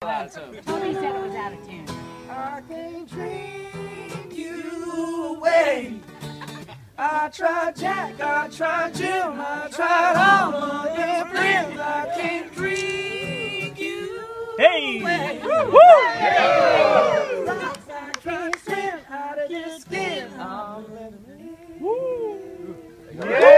thought so. Tony said it was out of tune. I can't drink you away. I tried Jack, I tried Jim, I tried all of your friends. I can't drink you Hey! away. Woo! Rocks, I can't swim out of your skin. I'm living Yeah!